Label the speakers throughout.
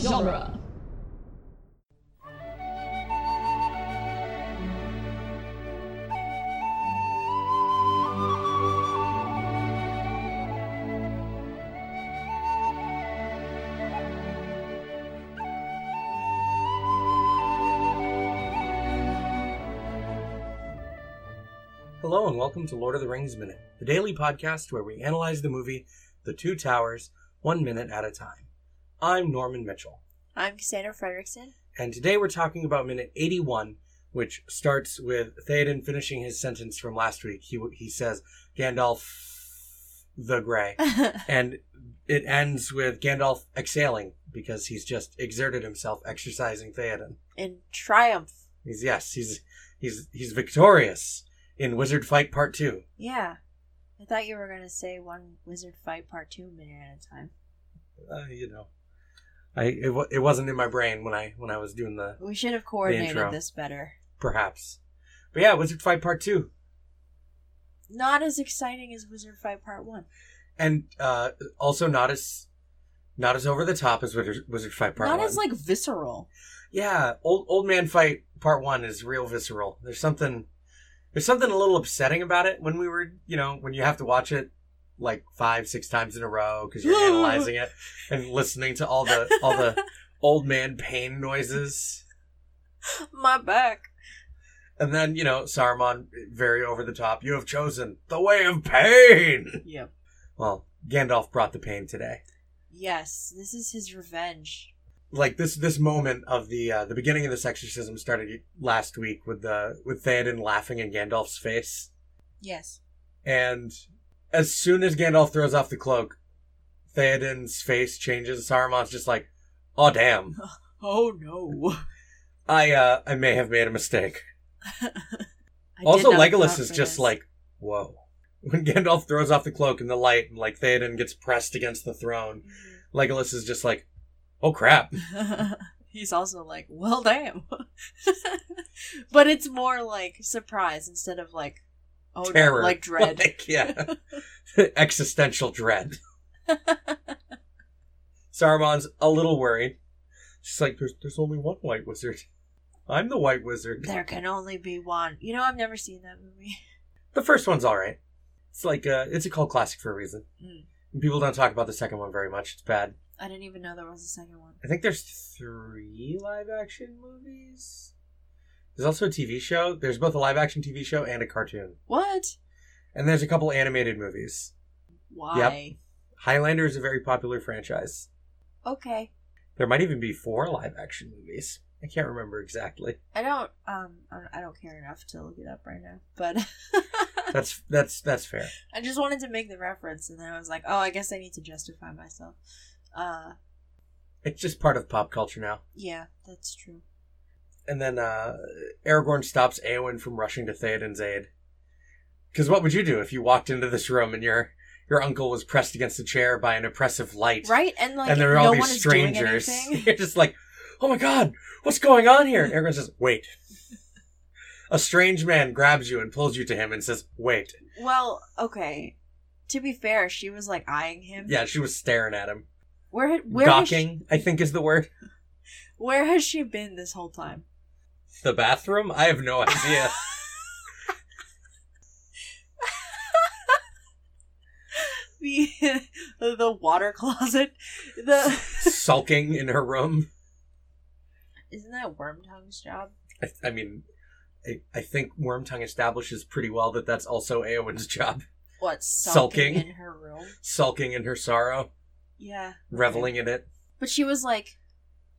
Speaker 1: genre.
Speaker 2: Hello and welcome to Lord of the Rings Minute, the daily podcast where we analyze the movie The Two Towers one minute at a time. I'm Norman Mitchell,
Speaker 3: I'm Cassandra Fredrickson.
Speaker 2: and today we're talking about minute 81, which starts with Theoden finishing his sentence from last week. He, he says, Gandalf the Grey. and it ends with Gandalf exhaling because he's just exerted himself exercising Theoden.
Speaker 3: In triumph.
Speaker 2: He's, yes, he's, he's, he's victorious in Wizard Fight Part 2.
Speaker 3: Yeah. I thought you were going to say one wizard fight part two minute at a time.
Speaker 2: uh, you know, I it, wa it wasn't in my brain when I when I was doing the
Speaker 3: We should have coordinated
Speaker 2: intro.
Speaker 3: this better.
Speaker 2: perhaps, but yeah, Wizard Fight Part Two,
Speaker 3: Not as exciting as wizard fight part one.
Speaker 2: and uh, also not as not as over the top as Wizard, Wizard Fight Part
Speaker 3: Not
Speaker 2: One.
Speaker 3: as like visceral.
Speaker 2: yeah, old old man fight Part One is real visceral. There's something there's something a little upsetting about it when we were you know when you have to watch it like five six times in a row because you're analyzing it and listening to all the all the old man pain noises.
Speaker 3: My back.
Speaker 2: And then, you know, Saruman, very over the top. You have chosen the way of pain.
Speaker 3: Yep.
Speaker 2: Well, Gandalf brought the pain today.
Speaker 3: Yes, this is his revenge.
Speaker 2: Like this, this moment of the uh, the beginning of this exorcism started last week with the with Theoden laughing in Gandalf's face,
Speaker 3: Yes.
Speaker 2: and as soon as Gandalf throws off the cloak, Theoden's face changes. Saruman's just like, "Oh damn,
Speaker 3: Oh no.
Speaker 2: I uh, I may have made a mistake."
Speaker 3: I
Speaker 2: also,
Speaker 3: did not
Speaker 2: Legolas
Speaker 3: account
Speaker 2: is
Speaker 3: for
Speaker 2: just
Speaker 3: this.
Speaker 2: like, whoa. When Gandalf throws off the cloak in the light and like Theoden gets pressed against the throne,
Speaker 3: Mm-hmm.
Speaker 2: Legolas is just like, oh crap.
Speaker 3: He's also like, well, damn. but it's more like surprise instead of like, oh, no,
Speaker 2: Terror.
Speaker 3: like dread.
Speaker 2: Like, yeah. Existential dread. Saruman's a little worried. She's like, there's, there's only one white wizard. I'm the white wizard.
Speaker 3: There can only be one. You know, I've never seen that movie.
Speaker 2: The first one's alright. It's like, uh, it's a cult classic for a reason.
Speaker 3: Mm.
Speaker 2: And people don't talk about the second one very much. It's bad.
Speaker 3: I didn't even know there was a second one.
Speaker 2: I think there's three live action movies. There's also a TV show. There's both a live action TV show and a cartoon.
Speaker 3: What?
Speaker 2: And there's a couple animated movies.
Speaker 3: Why?
Speaker 2: Highlander is a very popular franchise.
Speaker 3: Okay.
Speaker 2: There might even be four live action movies. I can't remember exactly.
Speaker 3: I don't. Um, I don't- I don't care enough to look it up right now. But
Speaker 2: That's that's that's fair.
Speaker 3: I just wanted to make the reference, and then I was like, oh, I guess I need to justify myself. Uh,
Speaker 2: It's just part of pop culture now.
Speaker 3: yeah, that's true.
Speaker 2: And then uh, Aragorn stops Eowyn from rushing to Theoden's aid. Because what would you do if you walked into this room and your your uncle was pressed against a chair by an oppressive light?
Speaker 3: Right? And like,
Speaker 2: and there are
Speaker 3: no
Speaker 2: all
Speaker 3: one
Speaker 2: these
Speaker 3: is
Speaker 2: strangers.
Speaker 3: doing anything.
Speaker 2: You're just like, oh my god, what's going on here? And everyone says, wait. A strange man grabs you and pulls you to him and says, wait.
Speaker 3: Well, okay. To be fair, she was like eyeing him.
Speaker 2: Yeah, she was staring at him.
Speaker 3: Where had- where has she,
Speaker 2: Gawking, I think is the word.
Speaker 3: where has she been this whole time?
Speaker 2: The bathroom? I have no idea.
Speaker 3: The the water closet. The
Speaker 2: Sulking in her room.
Speaker 3: isn't that Wormtongue's job?
Speaker 2: I, I mean, I, I think Wormtongue establishes pretty well that that's also Eowyn's job.
Speaker 3: What sulking,
Speaker 2: Sulking.
Speaker 3: in her room?
Speaker 2: Sulking in her sorrow,
Speaker 3: Yeah,
Speaker 2: reveling in it.
Speaker 3: but she was like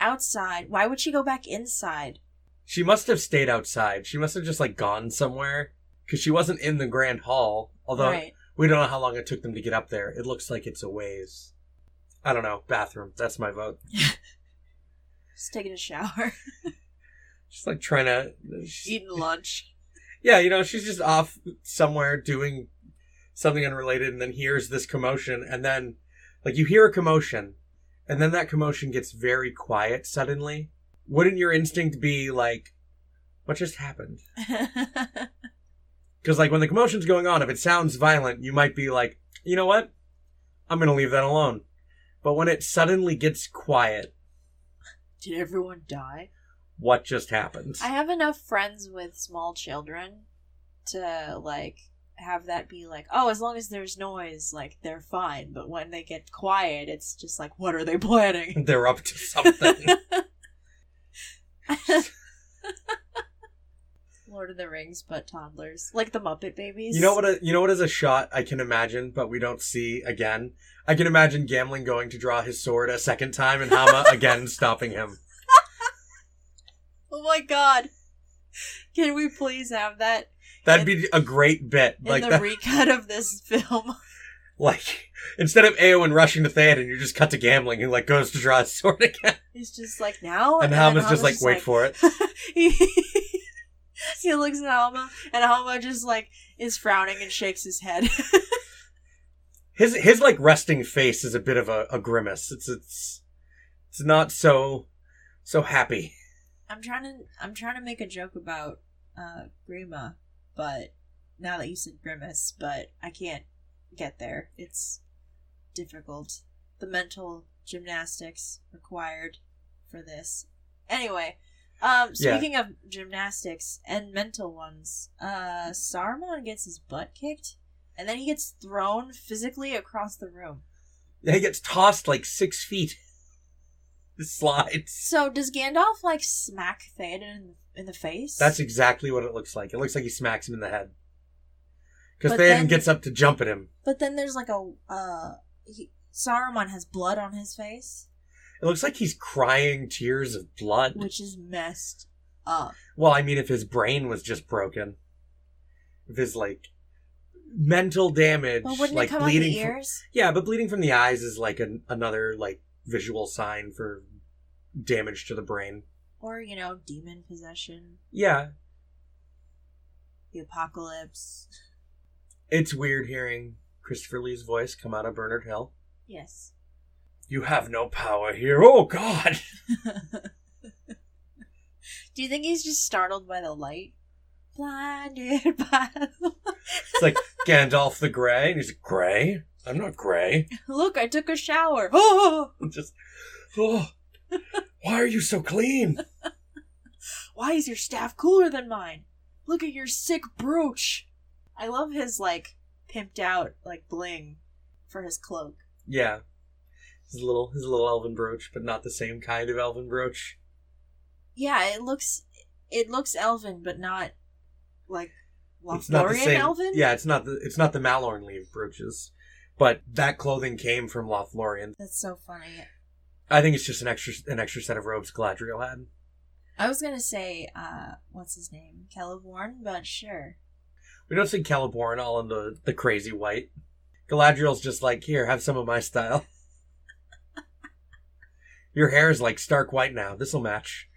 Speaker 3: outside. Why would she go back inside?
Speaker 2: She must have stayed outside. She must have just like gone somewhere because she wasn't in the grand hall. Although
Speaker 3: right.
Speaker 2: we don't know how long it took them to get up there. It looks like it's a ways. I don't know. Bathroom. That's my vote.
Speaker 3: Just taking a shower,
Speaker 2: She's like trying to.
Speaker 3: eating lunch.
Speaker 2: Yeah, you know, she's just off somewhere doing something unrelated, and then hears this commotion, and then like you hear a commotion, and then that commotion gets very quiet suddenly. Wouldn't your instinct be like, what just happened? Because like when the commotion's going on, if it sounds violent, you might be like, you know what, I'm gonna leave that alone. But when it suddenly gets quiet,
Speaker 3: Did everyone die?
Speaker 2: What just happened?
Speaker 3: I have enough friends with small children to like have that be like, oh, as long as there's noise, like they're fine. But when they get quiet, it's just like, what are they planning?
Speaker 2: They're up to something.
Speaker 3: Lord of the Rings, but toddlers, like the Muppet Babies.
Speaker 2: you know what? A, you know what is a shot I can imagine, but we don't see again. I can imagine Gamlin going to draw his sword a second time, and Hama again stopping him.
Speaker 3: Oh my god! Can we please have that
Speaker 2: That'd be a great bit.
Speaker 3: in
Speaker 2: Like
Speaker 3: the
Speaker 2: that,
Speaker 3: recut of this film?
Speaker 2: like instead of Eowyn rushing to Theoden, you just cut to Gamling, who like goes to draw his sword again,
Speaker 3: He's just like now,
Speaker 2: and
Speaker 3: then
Speaker 2: Hama's just like, wait for it.
Speaker 3: he he looks at Alma, and Alma just like is frowning and shakes his head.
Speaker 2: His his like resting face is a bit of a, a grimace. It's it's it's not so so happy.
Speaker 3: I'm trying to I'm trying to make a joke about uh, Grima, but now that you said grimace, but I can't get there. It's difficult. The mental gymnastics required for this. Anyway, um,
Speaker 2: Yeah.
Speaker 3: speaking of gymnastics and mental ones, uh, Saruman gets his butt kicked, and then he gets thrown physically across the room.
Speaker 2: He gets tossed like six feet. He slides.
Speaker 3: So does Gandalf like smack Theoden in, in the face?
Speaker 2: That's exactly what it looks like. It looks like he smacks him in the head. Because Theoden
Speaker 3: But then-
Speaker 2: gets up to jump at him.
Speaker 3: But then there's like a uh, he, Saruman has blood on his face,
Speaker 2: It looks like he's crying tears of blood.
Speaker 3: which is messed up.
Speaker 2: Well, I mean, if his brain was just broken, if his like mental damage,
Speaker 3: But wouldn't
Speaker 2: like
Speaker 3: it come out
Speaker 2: bleeding.
Speaker 3: the
Speaker 2: from-
Speaker 3: ears?
Speaker 2: yeah, but bleeding from the eyes is like an, another like visual sign for damage to the brain.
Speaker 3: Or you know, demon possession,
Speaker 2: Yeah,
Speaker 3: the apocalypse.
Speaker 2: it's weird hearing Christopher Lee's voice come out of Bernard Hill.
Speaker 3: Yes.
Speaker 2: You have no power here. Oh God!
Speaker 3: Do you think he's just startled by the light? Blinded by the light.
Speaker 2: It's like Gandalf the Grey, and he's like, "Grey? I'm not grey.
Speaker 3: Look, I took a shower. Oh,
Speaker 2: Just, oh, why are you so clean?
Speaker 3: why is your staff cooler than mine? Look at your sick brooch. I love his like pimped out like bling for his cloak.
Speaker 2: Yeah, his little his little elven brooch, but not the same kind of elven brooch.
Speaker 3: Yeah, it looks it looks elven, but not like
Speaker 2: It's not the
Speaker 3: Lothlorien
Speaker 2: same-
Speaker 3: elven.
Speaker 2: Yeah, it's not the it's not the Malorn leaf brooches, but that clothing came from Lothlorien.
Speaker 3: that's so funny.
Speaker 2: I think it's just an extra an extra set of robes Galadriel had.
Speaker 3: I was gonna say, uh, what's his name, Celeborn, but sure.
Speaker 2: We don't see Celeborn all in the the crazy white. Galadriel's just like, here, have some of my style. Your hair is like stark white now. This'll match.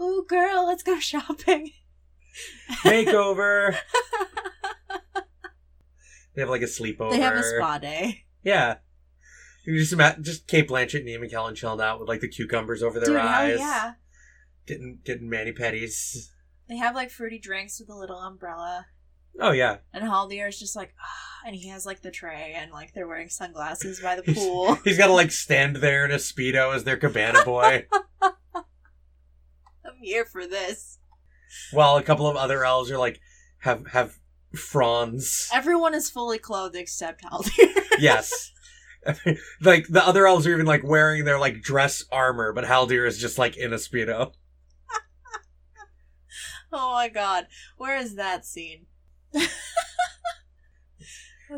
Speaker 3: Oh, girl, let's go shopping.
Speaker 2: Makeover. they have like a sleepover.
Speaker 3: They have a spa day.
Speaker 2: Yeah. You just ima- just Kate Blanchett and Ian McKellen chilling out with like the cucumbers over their
Speaker 3: Dude,
Speaker 2: eyes.
Speaker 3: hell yeah!
Speaker 2: getting getting mani pedis.
Speaker 3: They have like fruity drinks with a little umbrella,
Speaker 2: Oh yeah,
Speaker 3: and Haldir is just like, ah, and he has like the tray, and like they're wearing sunglasses by the pool.
Speaker 2: he's got to like stand there in a speedo as their cabana boy,
Speaker 3: I'm here for this.
Speaker 2: while a couple of other elves are like have have fronds.
Speaker 3: Everyone is fully clothed except Haldir.
Speaker 2: yes, like the other elves are even like wearing their like dress armor, but Haldir is just like in a speedo.
Speaker 3: Oh my god, where is that scene? That's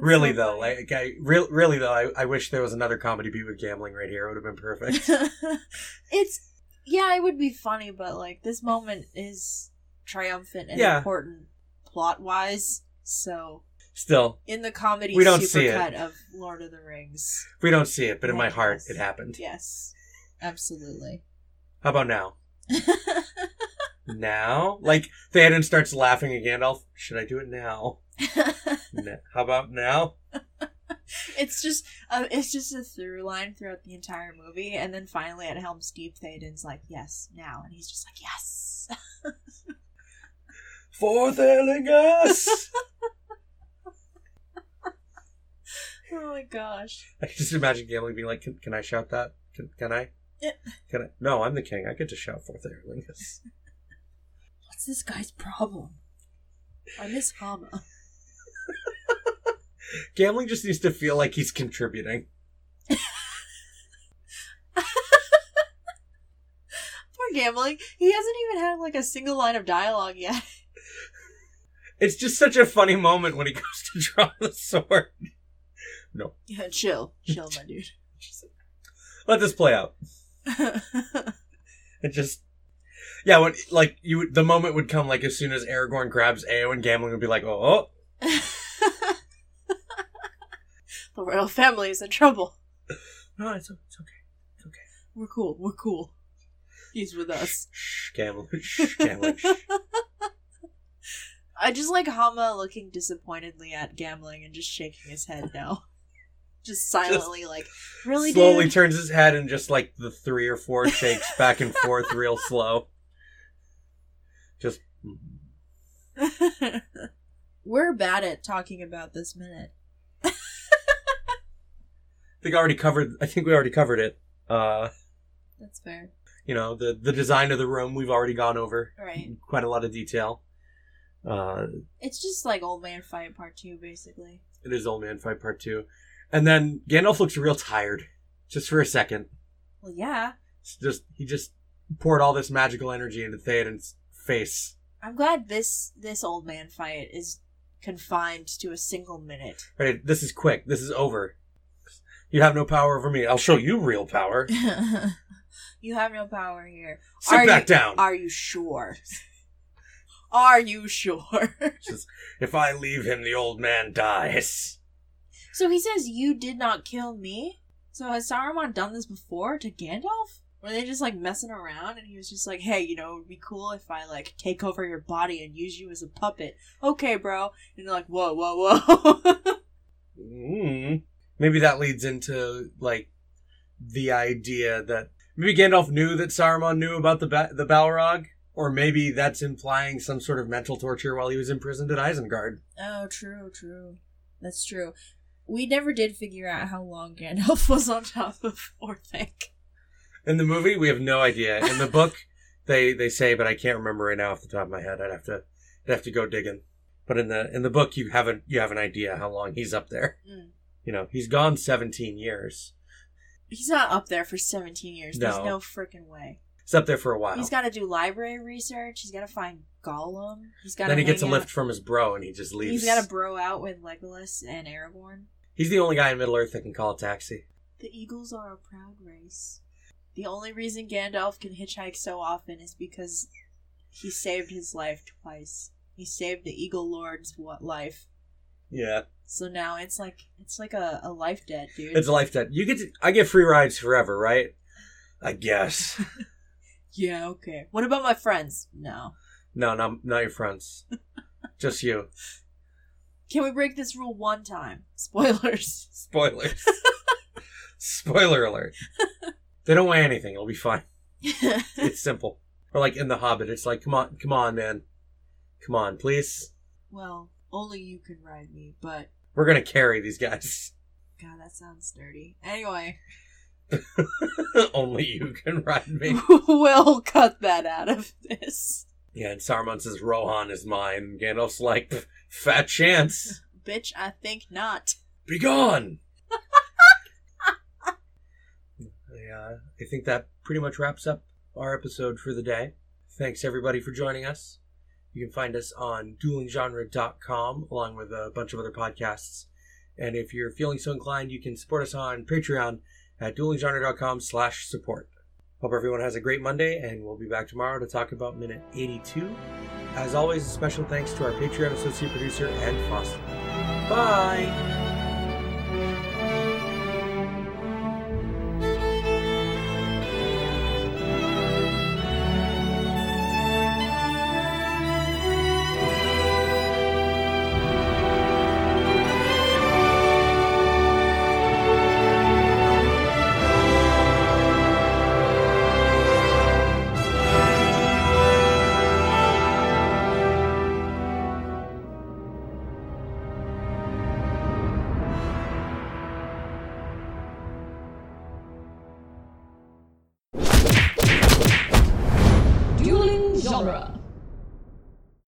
Speaker 2: really
Speaker 3: so
Speaker 2: though,
Speaker 3: funny.
Speaker 2: like I re- really though, I, I wish there was another comedy beat with gambling right here. It would have been perfect.
Speaker 3: it's yeah, it would be funny, but like this moment is triumphant and
Speaker 2: Yeah.
Speaker 3: important plot wise. So
Speaker 2: Still,
Speaker 3: in the comedy
Speaker 2: We don't see it.
Speaker 3: supercut of Lord of the Rings,
Speaker 2: we don't see it, but in my
Speaker 3: Yes.
Speaker 2: heart, it happened.
Speaker 3: yes, absolutely.
Speaker 2: How about now? Now, like Theoden starts laughing at Gandalf. Should I do it now? N- How about now?
Speaker 3: it's just uh, it's just a through line throughout the entire movie, and then finally at Helm's Deep, Theoden's like, "Yes, now," and he's just like, "Yes."
Speaker 2: For us!
Speaker 3: oh my gosh. Oh
Speaker 2: I can just imagine Gandalf being like, can, can I shout that? Can, can I? Can I, no, I'm the king. I get to shout forth Aerlingus.
Speaker 3: What's this guy's problem? I miss Hama.
Speaker 2: Gambling just needs to feel like he's contributing.
Speaker 3: Poor gambling. He hasn't even had like a single line of dialogue yet.
Speaker 2: It's just such a funny moment when he goes to draw the sword.
Speaker 3: Yeah, chill, chill, my dude.
Speaker 2: Let this play out. It just, yeah, when like you, would- the moment would come like as soon as Aragorn grabs Ao and Gambling would be like, oh, oh
Speaker 3: the royal family is in trouble.
Speaker 2: no, it's, it's okay.
Speaker 3: We're cool. We're cool. He's with us.
Speaker 2: Shh, Gambling, shh, Gambling. shh.
Speaker 3: I just like Hama looking disappointedly at gambling and just shaking his head now. Just silently, like, really,
Speaker 2: Slowly
Speaker 3: dude?
Speaker 2: turns his head and just like the three or four shakes back and forth, real slow. Just
Speaker 3: We're bad at talking about this minute.
Speaker 2: I think I already covered. I think we already covered it. Uh,
Speaker 3: That's fair.
Speaker 2: you know, the the design of the room we've already gone over
Speaker 3: Right.
Speaker 2: in quite a lot of detail. Uh,
Speaker 3: It's just like Old Man Fight Part 2, basically.
Speaker 2: it is Old Man Fight Part Two, and then Gandalf looks real tired, just for a second.
Speaker 3: Well, yeah.
Speaker 2: It's just he just poured all this magical energy into Theoden's face.
Speaker 3: I'm glad this this old man fight is confined to a single minute.
Speaker 2: Right, this is quick. This is over. You have no power over me. I'll show you real power.
Speaker 3: you have no power here.
Speaker 2: Sit
Speaker 3: Are
Speaker 2: back
Speaker 3: you-
Speaker 2: down.
Speaker 3: Are you sure? Are you sure?
Speaker 2: if I leave him, the old man dies.
Speaker 3: so he says you did not kill me. So has Saruman done this before to Gandalf? Were they just like messing around and he was just like, "Hey, you know, it would be cool if I like take over your body and use you as a puppet." Okay, bro. And they're like, "Whoa, whoa, whoa."
Speaker 2: Mm. Maybe that leads into like the idea that maybe Gandalf knew that Saruman knew about the ba- the Balrog, or maybe that's implying some sort of mental torture while he was imprisoned at Isengard.
Speaker 3: Oh, true, true. That's true. We never did figure out how long Gandalf was on top of Orthanc.
Speaker 2: In the movie, we have no idea. In the book, they they say, but I can't remember right now off the top of my head. I'd have to I'd have to go digging. But in the in the book, you have a you have an idea how long he's up there.
Speaker 3: Mm.
Speaker 2: You know, he's gone seventeen years.
Speaker 3: He's not up there for 17 years. There's
Speaker 2: No.
Speaker 3: no freaking way.
Speaker 2: He's up there for a while.
Speaker 3: He's got to do library research. He's got to find Gollum. He's got.
Speaker 2: then he gets a lift from his bro and he just leaves.
Speaker 3: He's got to bro out with Legolas and Aragorn.
Speaker 2: He's the only guy in Middle Earth that can call a taxi.
Speaker 3: The Eagles are a proud race. The only reason Gandalf can hitchhike so often is because he saved his life twice. He saved the Eagle Lord's what life
Speaker 2: Yeah,
Speaker 3: So now it's like it's like a, a life debt, dude.
Speaker 2: it's a life debt. You get to, I get free rides forever, right? I guess.
Speaker 3: yeah, okay. What about my friends? No.
Speaker 2: No, not not your friends, just you.
Speaker 3: Can we break this rule one time? Spoilers.
Speaker 2: Spoilers. Spoiler alert. They don't weigh anything. It'll be fine. It's simple. Or like in The Hobbit, it's like, come on, come on, man, come on, please.
Speaker 3: well, only you can ride me, but
Speaker 2: We're gonna carry these guys.
Speaker 3: God, that sounds dirty. Anyway,
Speaker 2: Only you can ride me.
Speaker 3: we'll cut that out of this.
Speaker 2: Yeah, and Saruman says Rohan is mine. Gandalf's like, "Pff, fat chance.
Speaker 3: Bitch, I think not.
Speaker 2: Be gone. yeah, I think that pretty much wraps up our episode for the day. Thanks everybody for joining us. You can find us on duelinggenre.com along with a bunch of other podcasts. And if you're feeling so inclined, you can support us on Patreon at duelinggenre.com slash support. Hope everyone has a great Monday, and we'll be back tomorrow to talk about Minute 82. As always, a special thanks to our Patreon associate producer, Ed Foster. Bye!
Speaker 1: genre.